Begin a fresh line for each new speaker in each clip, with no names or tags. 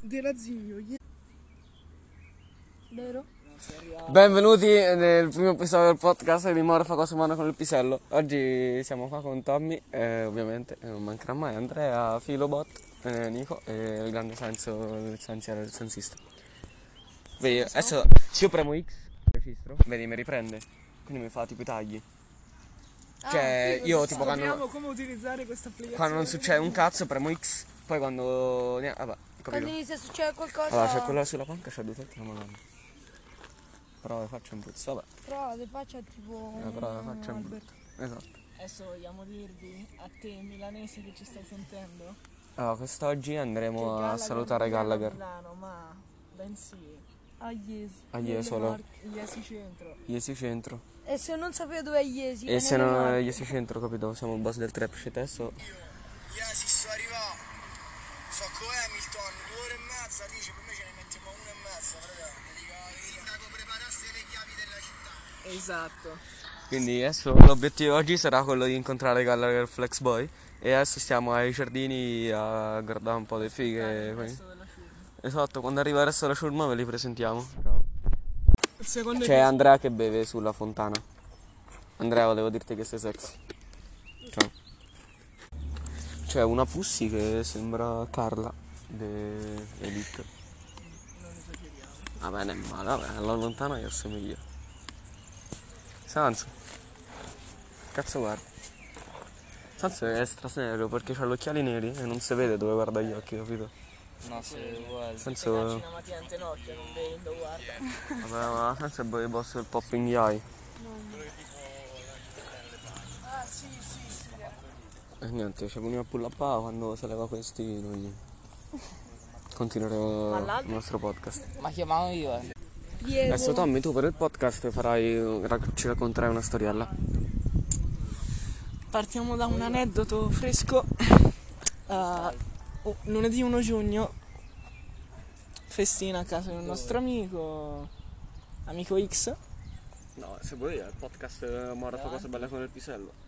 della zio. Vero?
Benvenuti nel primo episodio del podcast di Morfago Semana con il Pisello. Oggi siamo qua con Tommy, eh, ovviamente eh, non mancherà mai Andrea, Filobot, eh, Nico e il grande senso, il sensiero, il sensista. Vedi, adesso se io premo X, registro, vedi mi riprende, quindi mi fa tipo i tagli. Cioè, io tipo quando-
Sappiamo come utilizzare questa applicazione.
Quando non succede un cazzo premo X, poi quando... ne- ah, Vabbè,
Quando
capito.
inizia a succedere qualcosa,
Allora, c'è quella sulla panca, c'ha due tette, la madonna. Però le faccio un puzzo, vabbè.
però le faccia tipo...
Eh, però la faccia è
Albert.
brutta. Esatto.
Adesso vogliamo dirvi a te milanese che ci stai sentendo
Allora, quest'oggi
che
andremo a
Gallagher non
salutare
viene a
Gallagher.
Milano, ma bensì
Ah, yes.
A
nelle
Iesi solo.
Marche- Iesi centro.
Iesi Centro.
E se non sapeva dove è Iesi?
E
è
se
nelle
non è
Marche.
Iesi Centro, capito? Siamo il boss del trap adesso.
Yeah, si sto arrivando. So con Hamilton, due ore e mezza, dice per me ce ne mettiamo una e mezza, fratello. Il sindaco preparasse le chiavi della città.
Esatto.
Quindi adesso l'obiettivo oggi sarà quello di incontrare Gallagher Flexboy. E adesso stiamo ai giardini a guardare un po' le fighe. quindi- Esatto, quando arriva il resto della ciurma ve li presentiamo.
Il secondo
C'è Andrea che beve sulla fontana. Andrea, volevo dirti che sei sexy. Ciao. C'è una Pussy che sembra Carla de Elite. Vabbè, non è male, vabbè, alla lontana gli assomiglia. Sanso. Cazzo guarda. Sanso è straserio perché ha gli occhiali neri e non si vede dove guarda gli occhi, capito?
No, se vuoi.
Sanso...
una mattina in tenocchio, non vendo, guarda.
Vabbè, ma Sanso è il boss del popping eye. E Eh, niente, c'è una pull up A, quando se leva questi noi continueremo il nostro podcast.
Ma chiamavo io. eh.
Diego.
Adesso Tommy, tu per il podcast farai, rac- ci racconterai una storiella.
Partiamo da un aneddoto fresco. Eh, oh, lunedì 1 giugno, festina a casa di un nostro amico, amico X.
No, se vuoi il podcast Mora fa cose belle con il pisello.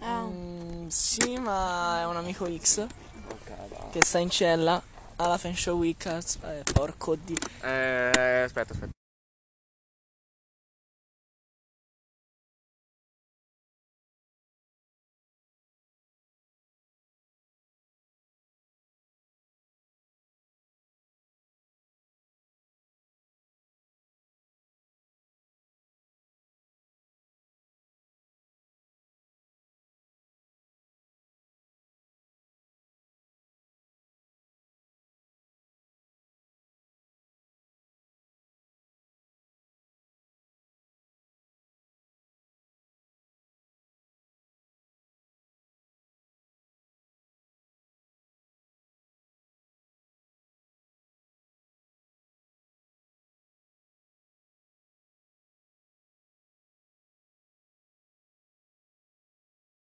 Ah,
Mm, sì, ma è un amico X
Ok, va.
che sta in cella alla Fashion Week. a- eh, porco di.
Eh, aspetta, aspetta.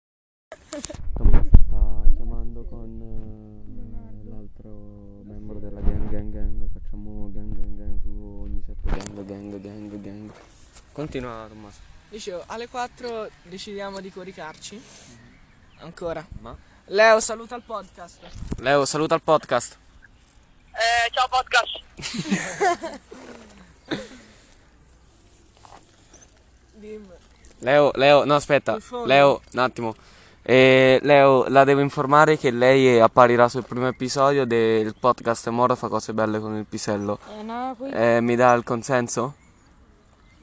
Tommy si sta chiamando con eh, l'altro membro della gang gang gang. Facciamo gang gang gang su ogni sette gang gang gang gang. Continua Tommaso.
Dicevo, alle 4 decidiamo di coricarci. Ancora.
Mm-hmm. Ma?
Leo, saluta il podcast.
Leo, saluta il podcast.
Eh, ciao podcast.
Dim.
Leo, Leo, no aspetta,
Il foglio.
Leo, un attimo. Eh, Leo, la devo informare che lei apparirà sul primo episodio del podcast Moro fa cose belle con il pisello.
eh, no, qui...
Eh, mi dà il consenso?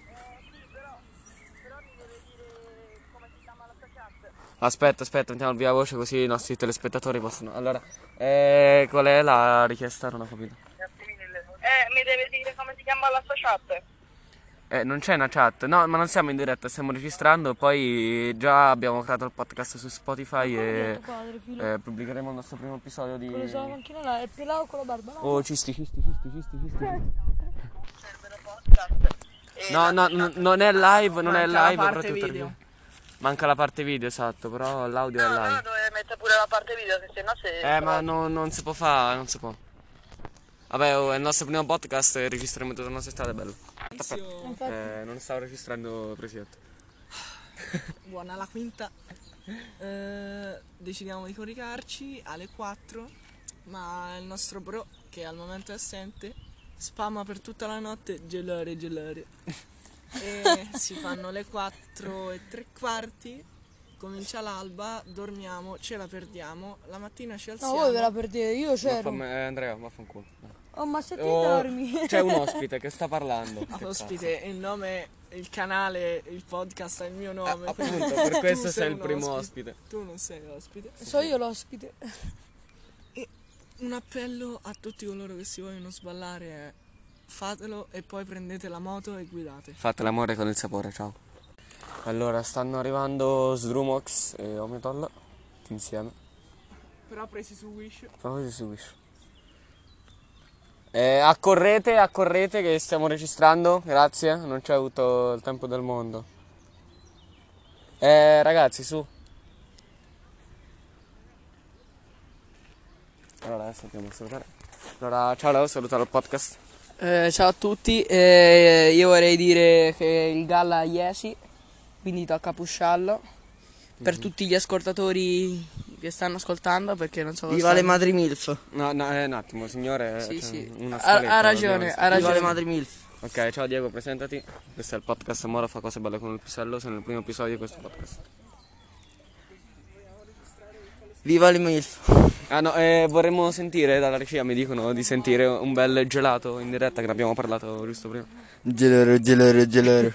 Eh,
Aspetta, aspetta, mettiamo il via voce così i nostri telespettatori possono... Allora, eh, qual è la richiesta? Non ho capito.
Eh, mi deve dire come si chiama la sua chat.
Eh, non c'è una chat, no, ma non siamo in diretta, stiamo registrando, poi già abbiamo creato il podcast su Spotify e
tuo padre, filo.
eh, pubblicheremo il nostro primo episodio di...
Quello sulla panchina là, è pelato con la barba, no?
Oh, cisti, cisti, cisti, cisti, cisti.
Podcast.
No, no, n- non è live, non è
Manca la
live,
parte
soprattutto
video.
perché- Manca la parte video, esatto, però l'audio è
No, no,
live.
Ah, dove mette pure la parte video, che se no se...
Eh, ma no- non si può fare, non si può. Vabbè, oh, è il nostro primo podcast e registriamo tutta la nostra estate, è bello.
Infatti,
Eh, non stavo registrando Presidente.
Buona la quinta. Eh, decidiamo di coricarci alle 4. Ma il nostro bro, che al momento è assente, spamma per tutta la notte gelare, gelare. e si fanno le 4 e tre quarti, comincia l'alba, dormiamo, ce la perdiamo, la mattina ci
No,
alziamo.
voi ve la perdete, io c'ero.
Vaffan- eh, Andrea, vaffanculo.
Oh, ma se ti
Oh,
dormi.
C'è un ospite che sta parlando.
Ah, Ospite, il nome, il canale, il podcast è il mio
Eh,
nome. quindi
appunto, per
tu
questo sei il
un
primo ospite.
Tu non sei ospite.
So io l'ospite.
Un appello a tutti coloro che si vogliono sballare è fatelo e poi prendete la moto e guidate.
Fate l'amore con il sapore, ciao. Allora, stanno arrivando Sdrumox e Ometol insieme.
Però presi su Wish.
Proprio su Wish. Eh, accorrete, accorrete che stiamo registrando, grazie, non c'è avuto il tempo del mondo. Eh, ragazzi, su. Allora, adesso andiamo a salutare. Allora, ciao Leo, saluta il podcast.
Eh, ciao a tutti, eh, io vorrei dire che il galla è Iesi, quindi tocca pusciarlo.
Mhm.
Per tutti gli ascoltatori che stanno ascoltando, perché non so cosa
Viva le
stanno-
madri MILF.
No, no, eh, un attimo, signore.
Sì,
c'è
sì.
una
Ha-
scaletta,
ha ragione,
dobbiamo-
ha
Viva
ragione.
le madri MILF.
Ok, ciao Diego, presentati. Questo è il podcast Mora fa cose belle con il pisello, sono il primo episodio di questo podcast.
Viva le MILF.
Ah no, eh, vorremmo sentire dalla regia, mi dicono di sentire un bel gelato in diretta che ne abbiamo parlato giusto prima.
Gelero, gelero, gelero.